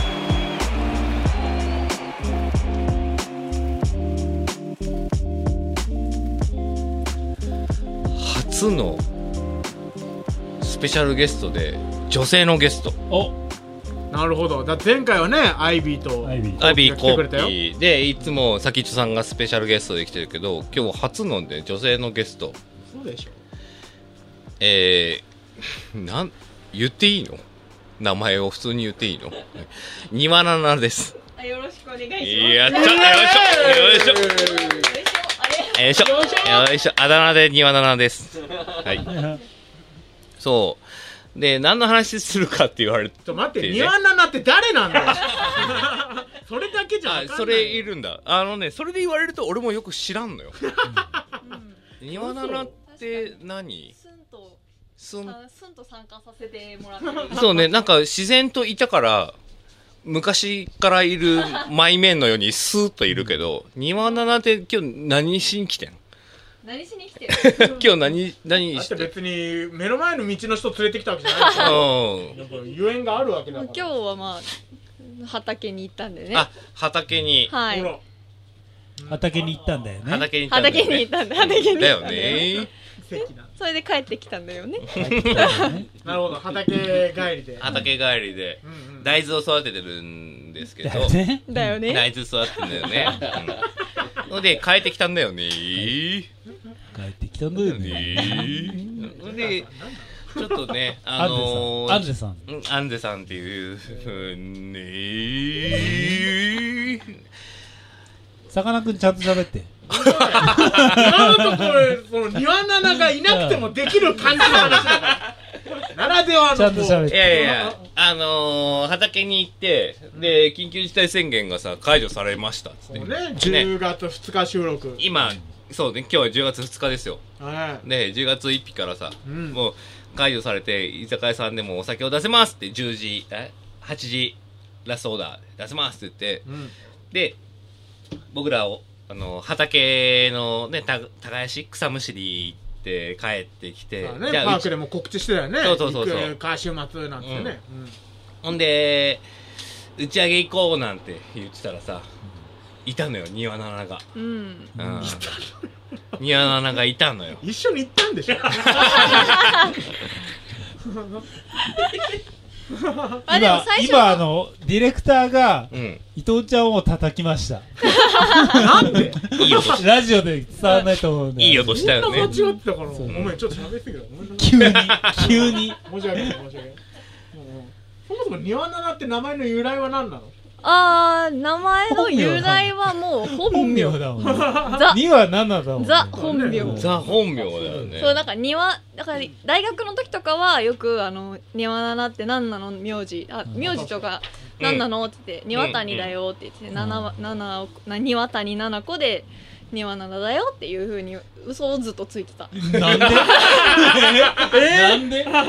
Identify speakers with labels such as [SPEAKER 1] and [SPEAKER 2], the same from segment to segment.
[SPEAKER 1] Hey.
[SPEAKER 2] 初のスペシャルゲストで女性のゲスト
[SPEAKER 3] おなるほどだって前回はねアイビーと
[SPEAKER 4] アイビー
[SPEAKER 2] アビーコ
[SPEAKER 3] 来てく
[SPEAKER 2] ー
[SPEAKER 3] れ
[SPEAKER 2] ピ
[SPEAKER 3] たよ
[SPEAKER 2] ーでいつもさきちょさんがスペシャルゲストで来てるけど今日初ので女性のゲスト
[SPEAKER 3] そうでしょ
[SPEAKER 2] えー、なん言っていいの名前を普通に言っていいのニワナナです
[SPEAKER 5] あよろしくお願いします。
[SPEAKER 2] やっ
[SPEAKER 5] よ
[SPEAKER 2] ちゃよいしょよいし
[SPEAKER 5] いしょあ
[SPEAKER 2] ょ
[SPEAKER 5] れ
[SPEAKER 2] よいしょよいしょあだ名でニワナナですはいそうで何の話するかって言われて
[SPEAKER 3] ちょ待って、
[SPEAKER 2] ね
[SPEAKER 3] ニワナナって誰な んだよそれだけじゃ
[SPEAKER 2] あ
[SPEAKER 3] 分かんない
[SPEAKER 2] それいるんだあのねそれで言われると俺もよく知らんのよ庭菜々って何
[SPEAKER 5] スンと
[SPEAKER 2] そん
[SPEAKER 5] さスンと参加させてもらってる。
[SPEAKER 2] そうねなんか自然といたから昔からいるマイメンのようにスーッといるけど庭菜々って今日何しに来てん
[SPEAKER 5] 何しに来てる。
[SPEAKER 2] 今日何何
[SPEAKER 3] だっ
[SPEAKER 2] しててる
[SPEAKER 3] 別に目の前の道の人連れてきたわけじゃ ないでし
[SPEAKER 2] う
[SPEAKER 3] ょ
[SPEAKER 2] ん
[SPEAKER 3] だからゆえんがあるわけだから
[SPEAKER 5] 今日はまあ畑に行ったんでね。
[SPEAKER 2] あ畑に
[SPEAKER 5] は
[SPEAKER 3] ほ
[SPEAKER 5] い。
[SPEAKER 3] ら
[SPEAKER 4] 畑に行ったんだよね
[SPEAKER 2] 畑に行ったんだ
[SPEAKER 5] 畑
[SPEAKER 2] よ
[SPEAKER 5] に
[SPEAKER 2] ね
[SPEAKER 5] 行ったんで畑に行ったん
[SPEAKER 2] だ
[SPEAKER 5] で
[SPEAKER 2] よ。ね
[SPEAKER 3] 奇跡だ
[SPEAKER 5] それで帰ってきたんだよね。
[SPEAKER 3] なるほど畑帰りで
[SPEAKER 2] 畑帰りで
[SPEAKER 3] うんうん
[SPEAKER 2] 大豆を育ててるんですけど
[SPEAKER 4] だ よね
[SPEAKER 5] だよね。
[SPEAKER 2] 大豆育ってんだよね。うんので、変えてきたんだよね。
[SPEAKER 4] 帰ってきたんだよね
[SPEAKER 2] ので、ちょっとね、
[SPEAKER 4] ア
[SPEAKER 2] あ
[SPEAKER 4] ンデ
[SPEAKER 2] の
[SPEAKER 4] さんアンデさん
[SPEAKER 2] うんアンデさんっていうふうに、
[SPEAKER 4] さかなクンちゃんと喋って
[SPEAKER 3] 今のところその庭菜々がいなくてもできる感じの話 だからならではの
[SPEAKER 4] ちゃんと喋っ
[SPEAKER 2] いや
[SPEAKER 4] て
[SPEAKER 2] いやいや、あのー畑に行って、で、緊急事態宣言がさ、解除されましたっつって
[SPEAKER 3] もうね10月2日収録
[SPEAKER 2] 今、そうね、今日は10月2日ですよ。
[SPEAKER 3] はい
[SPEAKER 2] で、10月1日からさ、
[SPEAKER 3] うん
[SPEAKER 2] もう解除されて、居酒屋さんでもお酒を出せますって、10時、え ?8 時、ラストオーダー出せますって言って、
[SPEAKER 3] うん
[SPEAKER 2] で、僕らを、あの、畑のね、た耕し、草むしり行って帰ってきて、
[SPEAKER 3] まあねパークで
[SPEAKER 2] う
[SPEAKER 3] も告知してたよね
[SPEAKER 2] そうそうそうそう
[SPEAKER 3] 行くか週末なんてねうん
[SPEAKER 2] ちほんで、打ち上げ行こうなんて言ってたらさ、いたのよ、庭菜々が。
[SPEAKER 5] うん。
[SPEAKER 2] うん。庭菜々がいたのよ。
[SPEAKER 3] 一緒に行ったん でしょ
[SPEAKER 5] あでも
[SPEAKER 4] 今
[SPEAKER 5] 最初
[SPEAKER 4] 今あのディレクターが
[SPEAKER 2] うん。
[SPEAKER 4] 伊藤ちゃんを叩きました
[SPEAKER 3] なんで
[SPEAKER 2] いい音し、
[SPEAKER 4] ラジオで伝わらないと思うんで
[SPEAKER 2] いい音
[SPEAKER 3] み
[SPEAKER 2] し
[SPEAKER 3] ん
[SPEAKER 2] た
[SPEAKER 3] な
[SPEAKER 2] よ
[SPEAKER 3] 間
[SPEAKER 2] ね
[SPEAKER 3] 違っ。てたからご
[SPEAKER 4] そう
[SPEAKER 3] めんちょっと喋ってくれごめんなさい
[SPEAKER 4] 急に急に
[SPEAKER 3] 申し訳ない申し訳ないうんうんそもそも庭菜々って名前の由来は何なの
[SPEAKER 5] あー名前の由来はもう
[SPEAKER 4] 本
[SPEAKER 5] 本名
[SPEAKER 4] 名。だもんね
[SPEAKER 5] ザ
[SPEAKER 4] 2は7だもんね
[SPEAKER 5] ザ本名。
[SPEAKER 2] ザ本名だよね。
[SPEAKER 5] そうなんか庭だから大学の時とかはよくあの庭菜々って何なの名字あ
[SPEAKER 4] うん
[SPEAKER 5] 名字とか何なのって言って庭谷だよって言って
[SPEAKER 4] ん
[SPEAKER 5] 七は七をな庭谷七子で庭菜々だよっていうふうに嘘をずっとついてた
[SPEAKER 4] な んでなんで
[SPEAKER 2] な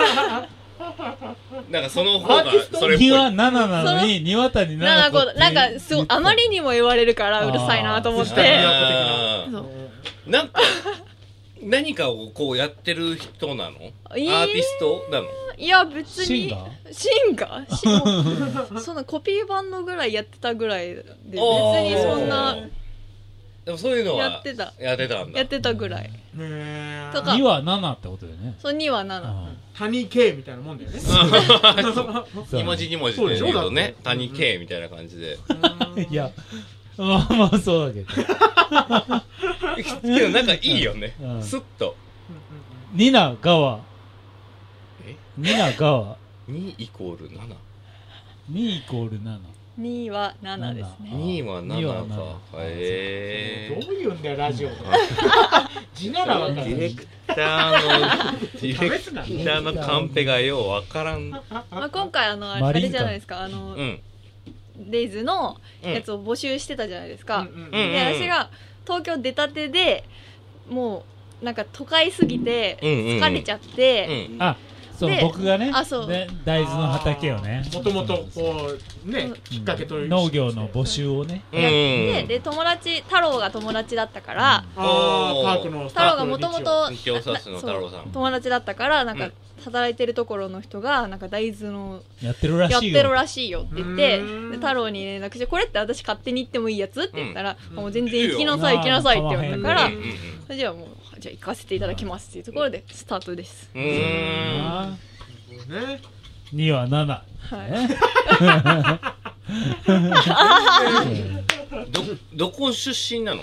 [SPEAKER 2] んかその
[SPEAKER 3] ア
[SPEAKER 2] 方
[SPEAKER 3] ー
[SPEAKER 2] が
[SPEAKER 3] ティスト
[SPEAKER 2] それっぽ
[SPEAKER 4] 2
[SPEAKER 2] い。
[SPEAKER 4] は7なのに2は谷
[SPEAKER 5] 七
[SPEAKER 4] 7
[SPEAKER 5] 子
[SPEAKER 4] 子
[SPEAKER 5] だなんかすごいあまりにも言われるから
[SPEAKER 4] あー
[SPEAKER 5] うるさいなと思っ
[SPEAKER 3] そした
[SPEAKER 5] て
[SPEAKER 3] ら
[SPEAKER 2] あー
[SPEAKER 5] そう
[SPEAKER 2] なんか何かをこうやってる人なの、
[SPEAKER 5] えー
[SPEAKER 2] アーティストなの
[SPEAKER 5] いや別に
[SPEAKER 4] シンガー
[SPEAKER 5] シンガーシ ンそんなコピーバンドぐらいやってたぐらいで別
[SPEAKER 2] おー
[SPEAKER 5] にそんな
[SPEAKER 2] でもそういうのは
[SPEAKER 5] やってた
[SPEAKER 2] やってたんだ
[SPEAKER 5] やってたぐらい
[SPEAKER 3] ねえ
[SPEAKER 5] とか
[SPEAKER 4] 2は7ってことだよね
[SPEAKER 5] そう2は7
[SPEAKER 3] 谷系みたいなもんだよ ね
[SPEAKER 2] 2文字2文字で言うとね谷系みたいな感じで、
[SPEAKER 4] いやまあまあそうだけど
[SPEAKER 2] けどなんかいいよね、
[SPEAKER 4] うん
[SPEAKER 2] スッと
[SPEAKER 4] ニナガワ
[SPEAKER 2] え
[SPEAKER 4] ニナガワ
[SPEAKER 2] 2イコール7
[SPEAKER 4] 2イコール7
[SPEAKER 5] 2は7ですね。
[SPEAKER 2] 2は
[SPEAKER 4] 二は
[SPEAKER 2] 7
[SPEAKER 4] 七
[SPEAKER 2] かへえ
[SPEAKER 3] どういうんだよ ラジオとか字ならわか
[SPEAKER 2] ディレ
[SPEAKER 3] る
[SPEAKER 2] クターのディレ
[SPEAKER 3] 試
[SPEAKER 2] ク
[SPEAKER 3] すな
[SPEAKER 2] ターのカンペがようわからんう
[SPEAKER 5] まあ、今回あのあ
[SPEAKER 4] マ
[SPEAKER 5] あ
[SPEAKER 4] リン
[SPEAKER 5] れ
[SPEAKER 4] か
[SPEAKER 5] じゃないですかあの、
[SPEAKER 2] ん
[SPEAKER 5] デイズの
[SPEAKER 2] うん
[SPEAKER 5] やつを募集してたじゃないですか。
[SPEAKER 3] うんうん
[SPEAKER 2] うん
[SPEAKER 5] で私が東京出たてでもうなんか都会すぎて
[SPEAKER 2] うんうんうん
[SPEAKER 5] 疲れちゃって、
[SPEAKER 2] うん
[SPEAKER 4] あその
[SPEAKER 5] で
[SPEAKER 4] 僕がね
[SPEAKER 5] あそう
[SPEAKER 4] ね大豆の畑をね
[SPEAKER 3] もともとこうねきっかけという
[SPEAKER 4] 農業の募集をね
[SPEAKER 2] うん
[SPEAKER 5] やってで友達太郎が友達だったから
[SPEAKER 3] ああパークのスタ
[SPEAKER 5] 太
[SPEAKER 3] ッ
[SPEAKER 5] 郎が
[SPEAKER 3] フの
[SPEAKER 5] もとも
[SPEAKER 3] 道を
[SPEAKER 5] と
[SPEAKER 2] 日曜サスの太郎さん
[SPEAKER 5] 友達だったからなん
[SPEAKER 2] う
[SPEAKER 5] か
[SPEAKER 2] ん
[SPEAKER 5] 働いてるところの人がなんか大豆の
[SPEAKER 4] やってるら
[SPEAKER 5] やっ
[SPEAKER 4] しい
[SPEAKER 5] てる
[SPEAKER 4] よ
[SPEAKER 5] らしいよって言って
[SPEAKER 3] うーん
[SPEAKER 5] で太郎に連絡して「これって私勝手に行ってもいいやつ?」って言ったら「
[SPEAKER 3] ん
[SPEAKER 5] もう全然行きなさい
[SPEAKER 4] い
[SPEAKER 5] 行
[SPEAKER 4] い
[SPEAKER 5] き
[SPEAKER 4] よ
[SPEAKER 5] なさい」って言われたから
[SPEAKER 2] うんうんうん
[SPEAKER 5] じゃあもうじゃあ行かせていただきますっていうところでスタートです。
[SPEAKER 2] うーん
[SPEAKER 4] あ
[SPEAKER 3] ね
[SPEAKER 4] 2は7
[SPEAKER 5] はい
[SPEAKER 4] ね
[SPEAKER 2] どどこ出身なの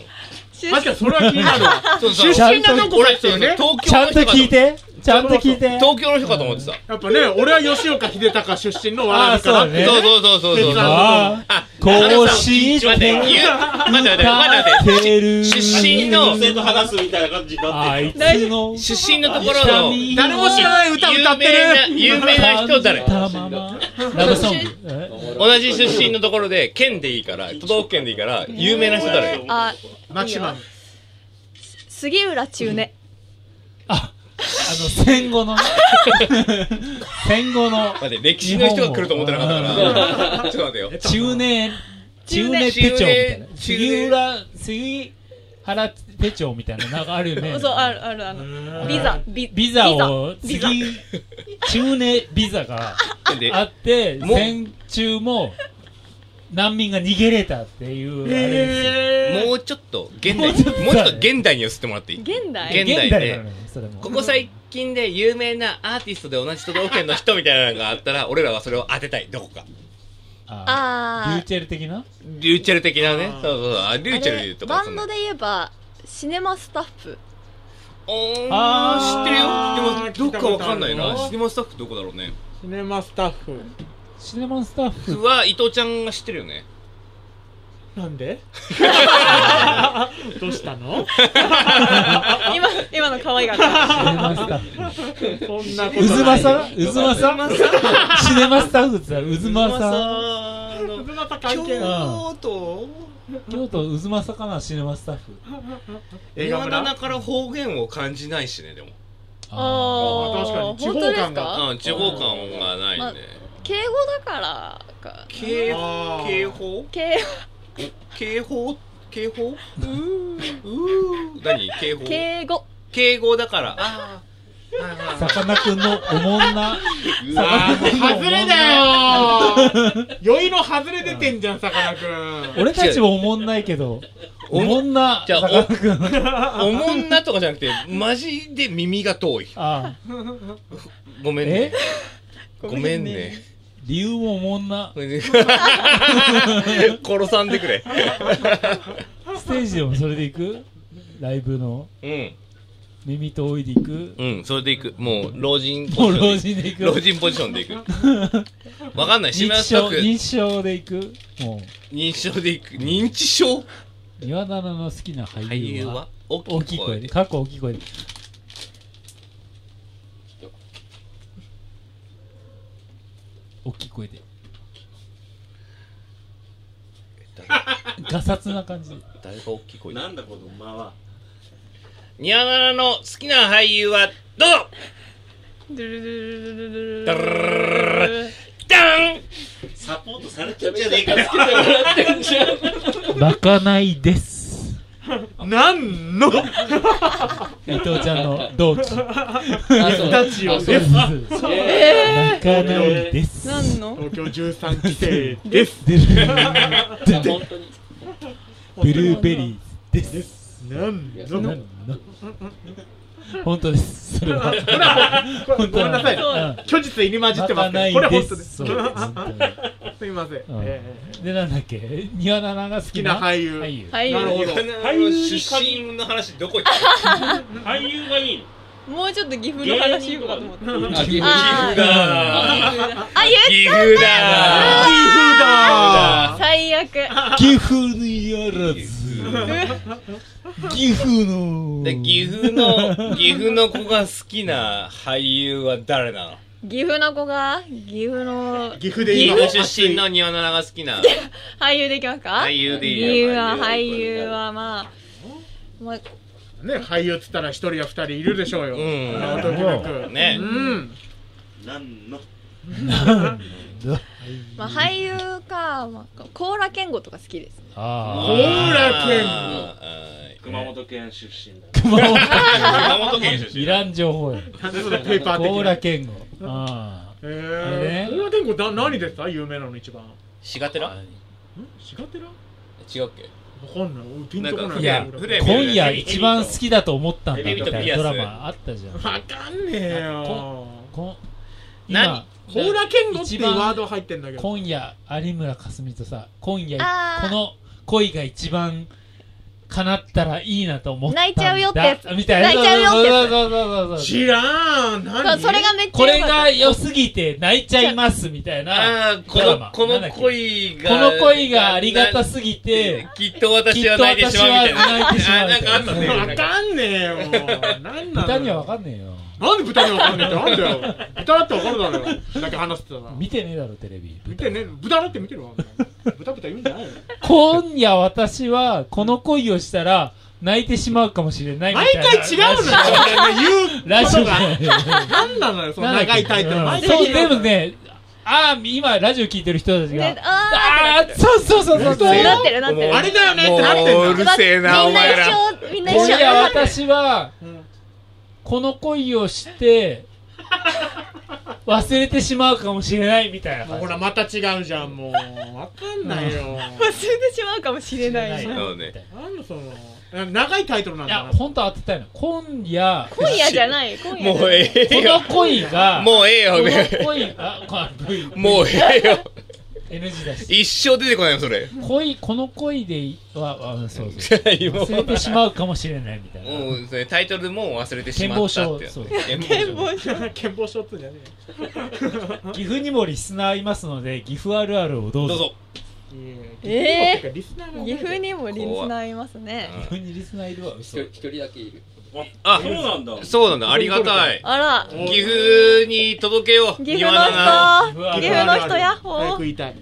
[SPEAKER 5] 出
[SPEAKER 3] 確かにそれは気になるわ
[SPEAKER 2] そう
[SPEAKER 3] 出
[SPEAKER 2] そう
[SPEAKER 3] 身がどこかっていうね
[SPEAKER 2] 東
[SPEAKER 4] ち
[SPEAKER 2] 京
[SPEAKER 4] ゃ
[SPEAKER 2] の
[SPEAKER 4] ん
[SPEAKER 2] 人
[SPEAKER 4] と
[SPEAKER 2] かと
[SPEAKER 4] 聞いてちゃんと聞いて
[SPEAKER 2] 東京の人かと思ってた
[SPEAKER 3] やっぱね俺は吉岡秀隆出身の笑いから
[SPEAKER 4] あーそうね
[SPEAKER 2] そうそうそうそうそう
[SPEAKER 3] あ
[SPEAKER 4] あ
[SPEAKER 2] あ
[SPEAKER 4] 甲子園
[SPEAKER 2] 待って待って待って待って
[SPEAKER 4] 歌ってる
[SPEAKER 2] 出身の
[SPEAKER 6] 女性と話すみたいな感じにな
[SPEAKER 4] あ
[SPEAKER 6] ってる
[SPEAKER 4] いつの
[SPEAKER 2] 出身のところの
[SPEAKER 3] 誰も知らない歌歌ってる
[SPEAKER 2] 有名な有名な人誰
[SPEAKER 4] たままラブソングえ
[SPEAKER 2] 同じ出身のところで県でいいから都道府県でいいから有名な人誰
[SPEAKER 5] あ
[SPEAKER 3] マキシマム
[SPEAKER 5] 杉浦中根
[SPEAKER 4] ああの戦後の戦後の
[SPEAKER 2] 待って歴史の人が来ると思ってなかったからちょっと待ってよ
[SPEAKER 4] 中年中年手帳みたいな
[SPEAKER 2] 中年
[SPEAKER 4] 杉浦杉原手帳みたいななんかあるよね
[SPEAKER 5] そうあるあるあのビザビ
[SPEAKER 4] ビザを
[SPEAKER 5] ビ
[SPEAKER 4] 次
[SPEAKER 5] ザビ
[SPEAKER 4] 中年ビザが
[SPEAKER 2] で
[SPEAKER 4] あって
[SPEAKER 2] もう
[SPEAKER 4] 戦中も難民が逃げれたっていうあれです
[SPEAKER 2] もうちょっと現代
[SPEAKER 4] もうちょっと
[SPEAKER 2] もうちょっと現代に移ってもらっていい
[SPEAKER 5] ザ現代
[SPEAKER 2] 現代で
[SPEAKER 4] なのよそれも
[SPEAKER 2] ここ最近で有名なアーティストで同じ都道府県の人みたいなのがあったら俺らはそれを当てたいどこか
[SPEAKER 4] あーリュ
[SPEAKER 5] あ
[SPEAKER 4] ーチェル的な
[SPEAKER 2] リューチェル的なねそうそうそうあリ
[SPEAKER 5] ー
[SPEAKER 2] ュ
[SPEAKER 5] あ
[SPEAKER 2] ーチェルと
[SPEAKER 5] れ
[SPEAKER 2] か
[SPEAKER 5] バ
[SPEAKER 2] そ
[SPEAKER 5] ン
[SPEAKER 2] ん
[SPEAKER 5] ド
[SPEAKER 2] な
[SPEAKER 5] で言えばシネマスタッフ
[SPEAKER 2] おー
[SPEAKER 4] あ
[SPEAKER 3] ー
[SPEAKER 2] 知ってるよでもどっかわかんないなシネマスタッフどこだろうね
[SPEAKER 3] シネマスタッフ
[SPEAKER 4] シネマンスタッフ
[SPEAKER 2] は伊藤ちゃんが知ってるよね
[SPEAKER 3] なん でどうしたの
[SPEAKER 5] 今今の可愛かった
[SPEAKER 4] シネマンスタッフ
[SPEAKER 3] そんなこ
[SPEAKER 4] うず
[SPEAKER 3] とな
[SPEAKER 4] ま
[SPEAKER 3] い
[SPEAKER 4] さうずまさシネマスタッフって言ったらうずまさ
[SPEAKER 2] さ
[SPEAKER 3] うずまさ関係ない
[SPEAKER 4] 京
[SPEAKER 2] 都
[SPEAKER 4] 京都うずまさかなシネマスタッフ
[SPEAKER 3] 映
[SPEAKER 2] 映
[SPEAKER 3] 画
[SPEAKER 2] 画
[SPEAKER 3] 村
[SPEAKER 2] 棚から方言を感じないしねでも
[SPEAKER 5] あー
[SPEAKER 3] 確かに
[SPEAKER 5] 本当です
[SPEAKER 3] 地方感が
[SPEAKER 2] うん地方感がないね
[SPEAKER 5] 敬語だからか
[SPEAKER 2] 警
[SPEAKER 3] あー
[SPEAKER 2] 警報
[SPEAKER 5] 敬
[SPEAKER 2] 警報警報うーうー何警報
[SPEAKER 5] 敬語
[SPEAKER 2] 敬語だからあー
[SPEAKER 4] さ
[SPEAKER 2] あ
[SPEAKER 4] かなクンのおもんな
[SPEAKER 2] ーうわ
[SPEAKER 3] あーもう外れだよ酔いの外れ出てんじゃんさかなクン
[SPEAKER 4] 俺たちもおもんないけど
[SPEAKER 2] お
[SPEAKER 4] お
[SPEAKER 2] も
[SPEAKER 4] もんな
[SPEAKER 2] じゃ
[SPEAKER 4] さ
[SPEAKER 2] あ
[SPEAKER 4] かなクン
[SPEAKER 2] おもんなとかじゃなくてマジで耳が遠い
[SPEAKER 4] あ
[SPEAKER 2] ごめんね
[SPEAKER 4] え
[SPEAKER 2] ごめんね
[SPEAKER 4] 理由もおもんな
[SPEAKER 2] 殺さんでくれ
[SPEAKER 4] ステージでもそれでいくライブの
[SPEAKER 2] うん
[SPEAKER 4] 耳とおいでいく
[SPEAKER 2] うん、それでいく。もう、老人
[SPEAKER 4] も
[SPEAKER 2] ポ
[SPEAKER 4] う
[SPEAKER 2] ジション
[SPEAKER 4] 老
[SPEAKER 2] で
[SPEAKER 4] 人でいく
[SPEAKER 2] 老人ポジションでいく。わかんない。島
[SPEAKER 4] 認
[SPEAKER 2] 田
[SPEAKER 4] 知
[SPEAKER 2] スタ
[SPEAKER 4] 症
[SPEAKER 2] ッ
[SPEAKER 4] 認
[SPEAKER 2] フ、
[SPEAKER 4] 知症でいくも
[SPEAKER 2] 認知症でいく。認知症
[SPEAKER 4] う岩棚の好きな
[SPEAKER 2] 俳
[SPEAKER 4] 俳
[SPEAKER 2] 優
[SPEAKER 4] 優
[SPEAKER 2] は
[SPEAKER 4] は
[SPEAKER 2] 大
[SPEAKER 4] 大
[SPEAKER 2] き
[SPEAKER 4] き
[SPEAKER 2] い
[SPEAKER 4] い
[SPEAKER 2] 声
[SPEAKER 4] 声
[SPEAKER 2] で
[SPEAKER 4] で。かっこ大きい声で大きい声でガサツな感じ
[SPEAKER 2] 誰が大きい声
[SPEAKER 6] なんだこの間は
[SPEAKER 2] ニャナナの好きな俳優は、どうぞ
[SPEAKER 5] ドゥルルルルル
[SPEAKER 2] ダー
[SPEAKER 5] ルル
[SPEAKER 2] ンダーン
[SPEAKER 6] サポートされてんじゃねえか
[SPEAKER 4] まかないです
[SPEAKER 3] なんの
[SPEAKER 4] 伊藤ちゃんの同期
[SPEAKER 3] タチオです
[SPEAKER 4] まかないです
[SPEAKER 5] 何の
[SPEAKER 3] 東京13期生 です
[SPEAKER 4] ブルーベリーです
[SPEAKER 3] なんの
[SPEAKER 4] 本当です。それは。
[SPEAKER 3] ごめんなさい
[SPEAKER 4] うん
[SPEAKER 3] 虚実入り混じってます
[SPEAKER 4] まかな
[SPEAKER 3] ね
[SPEAKER 4] い
[SPEAKER 3] これ本
[SPEAKER 4] で
[SPEAKER 3] 当ですす
[SPEAKER 4] そう本当に
[SPEAKER 3] すいません
[SPEAKER 4] うん
[SPEAKER 3] え
[SPEAKER 4] で、なんだっけ、ニワナナが好きな
[SPEAKER 3] 好きな俳優
[SPEAKER 5] はい
[SPEAKER 3] えなるほど
[SPEAKER 2] 俳優出身の話どこ行った
[SPEAKER 6] 俳優がいいの
[SPEAKER 5] もうちょっと岐阜の話言うかと思って
[SPEAKER 2] あ、岐
[SPEAKER 5] あー
[SPEAKER 2] 阜だ
[SPEAKER 5] あ言
[SPEAKER 2] 岐阜だ
[SPEAKER 3] 岐阜だ
[SPEAKER 5] う 最悪
[SPEAKER 4] 岐阜にやら ず。岐阜の。
[SPEAKER 2] で岐阜の、岐阜の子が好きな俳優は誰なの
[SPEAKER 5] 岐阜の子が岐阜の
[SPEAKER 3] 岐阜で
[SPEAKER 2] 岐
[SPEAKER 3] 今
[SPEAKER 2] 阜出身のニワナナが好きな。
[SPEAKER 5] 俳優でいきますか
[SPEAKER 2] 俳優でいいよ
[SPEAKER 5] 岐阜は俳優はまあ、まあ、
[SPEAKER 3] ね俳優っつったら一人や二人いるでしょうよ、
[SPEAKER 2] うん
[SPEAKER 3] あの時なく
[SPEAKER 2] ね
[SPEAKER 3] うん
[SPEAKER 6] なんの
[SPEAKER 5] まあ、俳優か、まあ、コーラ健吾とか好きですね
[SPEAKER 4] あ
[SPEAKER 3] ほら健吾
[SPEAKER 2] 吾
[SPEAKER 6] 熊本県出身だ
[SPEAKER 4] あ。熊本
[SPEAKER 2] 熊本県出
[SPEAKER 4] い
[SPEAKER 2] 身
[SPEAKER 4] らん情報や。
[SPEAKER 3] なんでそのペーパー的
[SPEAKER 4] 高
[SPEAKER 3] な
[SPEAKER 4] 良健吾。あ
[SPEAKER 3] へ
[SPEAKER 4] あれね
[SPEAKER 3] ー高良健吾だ何ですか有名なの一番ん
[SPEAKER 2] 滋賀寺
[SPEAKER 3] シガテラわ
[SPEAKER 2] 違うっけ
[SPEAKER 3] かんない俺ピンとこない
[SPEAKER 2] いや
[SPEAKER 3] 俺
[SPEAKER 2] フレ
[SPEAKER 4] あ今夜一番好きだと思ったんだ
[SPEAKER 2] エビ
[SPEAKER 4] み
[SPEAKER 2] と
[SPEAKER 4] たい
[SPEAKER 2] ピア
[SPEAKER 4] な
[SPEAKER 2] ス
[SPEAKER 4] ドラマあったじゃん。
[SPEAKER 3] わかんねえよ
[SPEAKER 4] こん
[SPEAKER 2] 何
[SPEAKER 4] 今
[SPEAKER 3] コーラ健吾ってい
[SPEAKER 4] 一
[SPEAKER 3] うワー
[SPEAKER 4] 番
[SPEAKER 3] ド入ってんだけど
[SPEAKER 4] 今夜有村架純とさ今夜
[SPEAKER 5] あー
[SPEAKER 4] この恋が一番叶ったらいいなと思ったんだ
[SPEAKER 5] 泣いちゃうよってやつ
[SPEAKER 4] みたいな
[SPEAKER 5] 泣いちゃうよってやつ
[SPEAKER 4] そうそうそうそうそう
[SPEAKER 3] 知らん何
[SPEAKER 5] それがめっちゃ
[SPEAKER 4] これ
[SPEAKER 5] 良か
[SPEAKER 4] が良すぎて泣いちゃいますみたいな
[SPEAKER 2] ああこ
[SPEAKER 4] ドラ
[SPEAKER 2] の
[SPEAKER 4] マ
[SPEAKER 2] こ
[SPEAKER 4] なんだ
[SPEAKER 2] の
[SPEAKER 4] っけ
[SPEAKER 2] 恋が
[SPEAKER 4] この恋がありがたすぎて
[SPEAKER 2] きっと私は泣いてしまうみたいな
[SPEAKER 4] きっと私は泣いてしまうみたいな
[SPEAKER 2] あなんかあったね
[SPEAKER 3] わかんねえよ何なの
[SPEAKER 4] 歌には分かんねえよ
[SPEAKER 3] なんで豚にはわかんねえってなんだよ豚だってわかるだろよだけ話してたら
[SPEAKER 4] 見てねえだろテレビ
[SPEAKER 3] 見てね豚だって見てるわ豚豚言うんじゃないよ
[SPEAKER 4] 今夜私はこの恋をしたら泣いてしまうかもしれないみ
[SPEAKER 3] 毎
[SPEAKER 4] たいな
[SPEAKER 3] 回違う のよ俺ね言う
[SPEAKER 4] ラ
[SPEAKER 3] こ
[SPEAKER 4] ジオ
[SPEAKER 3] と
[SPEAKER 4] じ
[SPEAKER 3] が
[SPEAKER 4] ゃない
[SPEAKER 3] 何なのよその長いタイトル
[SPEAKER 4] うん
[SPEAKER 3] 毎
[SPEAKER 4] そう、
[SPEAKER 3] 回
[SPEAKER 4] でもね、ああ、今、ラジオ聞いてる人たちが
[SPEAKER 5] ね、あ
[SPEAKER 4] ああ、そうそうそうそう、そう
[SPEAKER 5] ーなってるなってる
[SPEAKER 3] あれだよねってなってんだ
[SPEAKER 2] もううるせえなお前ら
[SPEAKER 5] みんな一緒みんな
[SPEAKER 4] 今
[SPEAKER 5] 一
[SPEAKER 4] 夜
[SPEAKER 5] 緒
[SPEAKER 4] 私は、
[SPEAKER 3] うん
[SPEAKER 4] この恋をして、忘れてしまうかもしれないみたいな
[SPEAKER 3] もう
[SPEAKER 4] 感
[SPEAKER 3] ほ
[SPEAKER 4] じ。
[SPEAKER 3] らまた違うじゃんもうわかんないよ
[SPEAKER 5] 忘れてしまうかもしれない
[SPEAKER 4] 知ら
[SPEAKER 2] な
[SPEAKER 4] な
[SPEAKER 2] のね
[SPEAKER 3] 何のそのな長いタイトルなん
[SPEAKER 4] い
[SPEAKER 3] だ
[SPEAKER 4] や
[SPEAKER 3] な、
[SPEAKER 4] 本当当てたいの。今夜、こ
[SPEAKER 5] 今夜じゃない今夜
[SPEAKER 2] もうええよ
[SPEAKER 4] の恋が、
[SPEAKER 2] もうええ
[SPEAKER 4] こ
[SPEAKER 2] よ
[SPEAKER 4] の
[SPEAKER 2] ね
[SPEAKER 4] 恋が、あ、こ V、
[SPEAKER 2] もうええよ
[SPEAKER 4] NG だし。
[SPEAKER 2] 一生出てこないよそれ
[SPEAKER 4] 恋、この恋でい、は、あそうそう。
[SPEAKER 2] もう
[SPEAKER 4] 忘れてしまうかもしれないみたいな。
[SPEAKER 2] もうそれタイトルも忘れてし
[SPEAKER 4] 健
[SPEAKER 2] ま
[SPEAKER 4] 忘
[SPEAKER 2] ったっ
[SPEAKER 4] 症
[SPEAKER 2] てや、つ
[SPEAKER 4] そう。
[SPEAKER 2] 健忘
[SPEAKER 5] 健
[SPEAKER 2] 症
[SPEAKER 5] 忘症
[SPEAKER 3] 健忘症っつうんじゃね
[SPEAKER 4] 岐阜にもリスナーいますので、岐阜あるあるをどう
[SPEAKER 2] どう
[SPEAKER 4] ぞ。
[SPEAKER 2] ぞ
[SPEAKER 3] えよ
[SPEAKER 5] えー
[SPEAKER 3] いやリスナーが
[SPEAKER 5] 岐阜にもリスナーいますね
[SPEAKER 4] 岐阜にリスナーいるわ、嘘。
[SPEAKER 7] 人だけいる
[SPEAKER 2] あ
[SPEAKER 6] そうなんだ
[SPEAKER 2] そうなんだありがたい
[SPEAKER 5] あら
[SPEAKER 3] お
[SPEAKER 2] 岐阜に届けよう
[SPEAKER 5] 岐阜
[SPEAKER 2] 庭菜
[SPEAKER 5] の人岐阜の人ヤッホ
[SPEAKER 3] 早く
[SPEAKER 5] ー
[SPEAKER 3] 言いたい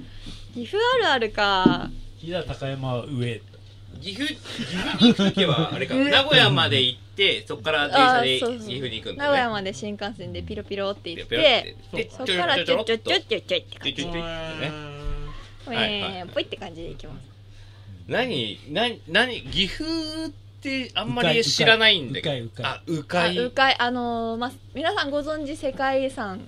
[SPEAKER 5] 岐阜あるあるか
[SPEAKER 4] 飛騨高山は上。
[SPEAKER 2] 岐阜岐阜に行けばあ れか名古屋まで行ってそこから電車で
[SPEAKER 5] あーそうそ
[SPEAKER 2] 岐
[SPEAKER 5] う
[SPEAKER 2] 阜に行くんだ
[SPEAKER 5] 名
[SPEAKER 2] よ
[SPEAKER 5] 古
[SPEAKER 2] ね
[SPEAKER 5] 屋まで新幹線でピロピロって行っ
[SPEAKER 2] ピロピ
[SPEAKER 5] て
[SPEAKER 2] ロって
[SPEAKER 5] そっからちょちょちょちょちょって感
[SPEAKER 2] ちょ
[SPEAKER 5] じ
[SPEAKER 2] ちょちょねはいはい
[SPEAKER 5] えーぽいって感じで行きます
[SPEAKER 2] 何何何岐阜ってあんまり知らないんだけど
[SPEAKER 4] うかいう
[SPEAKER 2] あうか
[SPEAKER 5] あ
[SPEAKER 2] いう
[SPEAKER 5] かいあのーまあ皆さんご存知世界遺産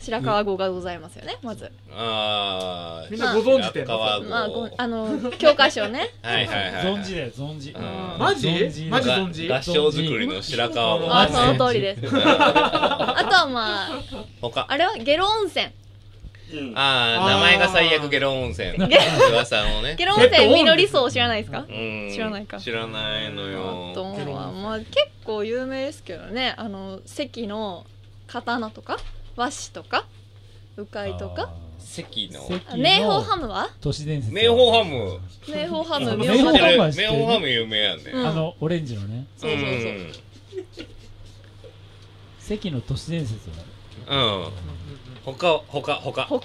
[SPEAKER 5] 白川郷がございますよねまず
[SPEAKER 2] あー
[SPEAKER 3] みんなご存知で
[SPEAKER 2] 白川郷
[SPEAKER 5] まあごあのー教科 書ね
[SPEAKER 2] はいはいはい
[SPEAKER 4] 存じだよ、存じ。
[SPEAKER 2] うん
[SPEAKER 3] マジ
[SPEAKER 4] 存じ
[SPEAKER 3] マジ
[SPEAKER 2] が
[SPEAKER 3] 存じ
[SPEAKER 2] 合掌作りの白川郷
[SPEAKER 5] あ
[SPEAKER 4] マジ
[SPEAKER 5] その通りです あとはまあ
[SPEAKER 2] 他
[SPEAKER 5] あれは下呂温泉
[SPEAKER 6] うん
[SPEAKER 2] あ
[SPEAKER 3] あ
[SPEAKER 2] あ
[SPEAKER 3] ー
[SPEAKER 2] 名前が最悪ゲロ温泉
[SPEAKER 4] ゲ
[SPEAKER 2] 噂のね
[SPEAKER 5] 下呂温泉緑荘知らないですか
[SPEAKER 2] うん
[SPEAKER 5] 知らないか
[SPEAKER 2] 知らないの
[SPEAKER 5] あと
[SPEAKER 2] よ
[SPEAKER 5] はまあ結構有名ですけどねあの関の刀とか和紙とか鵜飼とか
[SPEAKER 2] 関の
[SPEAKER 4] 関
[SPEAKER 5] 名宝ハ
[SPEAKER 4] ム。
[SPEAKER 5] ムは
[SPEAKER 4] 都市伝説。
[SPEAKER 2] 明宝ハム
[SPEAKER 5] 名宝ハム
[SPEAKER 4] あ
[SPEAKER 2] 知
[SPEAKER 5] 名
[SPEAKER 2] ってる
[SPEAKER 5] 宝ハム
[SPEAKER 4] 明
[SPEAKER 2] 明
[SPEAKER 4] 宝ハムは知ってる
[SPEAKER 2] 宝ハム有名やんね
[SPEAKER 5] うん
[SPEAKER 4] あの、オレンジのね。
[SPEAKER 5] そうそうそう
[SPEAKER 4] 関の都市伝説
[SPEAKER 2] う
[SPEAKER 4] は。
[SPEAKER 2] んうん他他他
[SPEAKER 5] 他
[SPEAKER 2] うん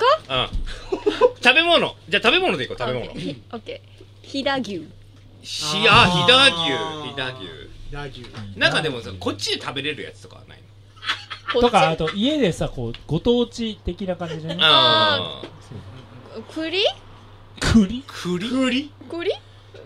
[SPEAKER 2] 食べ物じゃあ食べ物でいこう食べ物
[SPEAKER 5] オッケーオッケー飛騨牛
[SPEAKER 2] し
[SPEAKER 3] あ
[SPEAKER 2] あ
[SPEAKER 3] ー
[SPEAKER 2] 飛騨牛飛
[SPEAKER 3] ラ牛
[SPEAKER 2] 騨牛なんかでもさこっちで食べれるやつとかはないの
[SPEAKER 5] ことっち
[SPEAKER 4] か、あと、家でさ、こう、ご当地的な感じでね。
[SPEAKER 2] ああ
[SPEAKER 5] 栗
[SPEAKER 4] 栗
[SPEAKER 2] 栗栗
[SPEAKER 5] 栗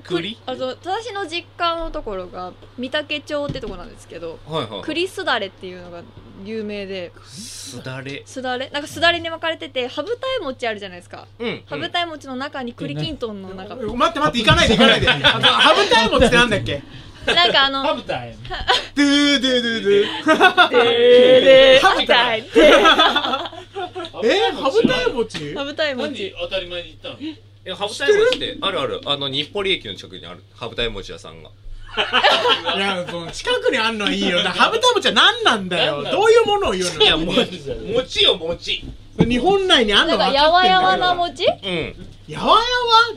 [SPEAKER 2] 栗
[SPEAKER 5] あと私の実家のところが御嶽町ってとこなんですけど
[SPEAKER 2] はいはい
[SPEAKER 5] 栗すだれっていうのが有名です
[SPEAKER 2] だれ
[SPEAKER 5] すだれなんかすだれに巻かれてて羽二重餅あるじゃないですか
[SPEAKER 2] うん
[SPEAKER 5] 羽二重餅の中に栗きんとんの中
[SPEAKER 3] 待って待って行かないで行かないであのハブタイムってなんだっけ
[SPEAKER 5] なんかあの
[SPEAKER 4] ハブタイム。
[SPEAKER 3] ドゥードゥードゥードゥ
[SPEAKER 5] で
[SPEAKER 3] ハブタ
[SPEAKER 5] イで
[SPEAKER 3] ーえハブタイム餅
[SPEAKER 5] 羽二重
[SPEAKER 6] なんで
[SPEAKER 5] 餅
[SPEAKER 6] 当たり前に言ったの
[SPEAKER 2] えハブタイ餅ってあるあるあの日暮里駅の近くにあるハブタイ餅屋さんが
[SPEAKER 3] いやその近くにあんのはいいよだからハブタイム餅は何なんだよどういうものを言うの
[SPEAKER 2] いやも餅よ餅
[SPEAKER 3] 日本内にあん
[SPEAKER 5] な
[SPEAKER 3] の
[SPEAKER 5] んか
[SPEAKER 3] 分
[SPEAKER 5] や
[SPEAKER 3] かっ
[SPEAKER 5] わ
[SPEAKER 3] てんだ
[SPEAKER 5] や
[SPEAKER 3] よ
[SPEAKER 5] わな餅あ
[SPEAKER 2] うん
[SPEAKER 3] やわやわ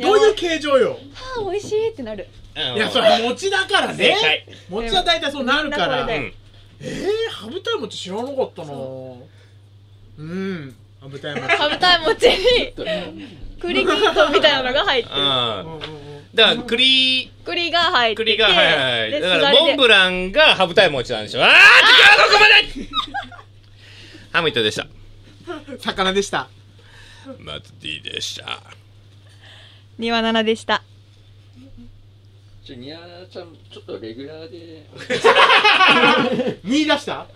[SPEAKER 3] どういう形状よ
[SPEAKER 5] ー美味しいってなる
[SPEAKER 3] いやそれ餅だから
[SPEAKER 2] 正
[SPEAKER 3] ね
[SPEAKER 2] 解
[SPEAKER 3] 餅は大体そうなるか
[SPEAKER 5] みんなこ
[SPEAKER 3] ら
[SPEAKER 5] れ
[SPEAKER 2] う
[SPEAKER 5] で
[SPEAKER 2] ん
[SPEAKER 3] えー、ハブタイムって知らなかったなうんハブタイム
[SPEAKER 5] 羽二重餅に栗きんとんみたいなのが入ってる
[SPEAKER 2] ああ
[SPEAKER 3] うんうんうん
[SPEAKER 2] だから、栗、
[SPEAKER 5] 栗が入ってて
[SPEAKER 2] 栗が、はいはいは
[SPEAKER 5] で
[SPEAKER 2] い。だから、
[SPEAKER 5] すだれで
[SPEAKER 2] モンブランがハブタイム落ちたんでしょ。あー違うどこま でハムイットでした。
[SPEAKER 3] 魚でした
[SPEAKER 2] マツディでした。
[SPEAKER 5] 庭菜々でした
[SPEAKER 7] ちょ、ニアちゃん、ちょっとレギュラーで。
[SPEAKER 3] 見出した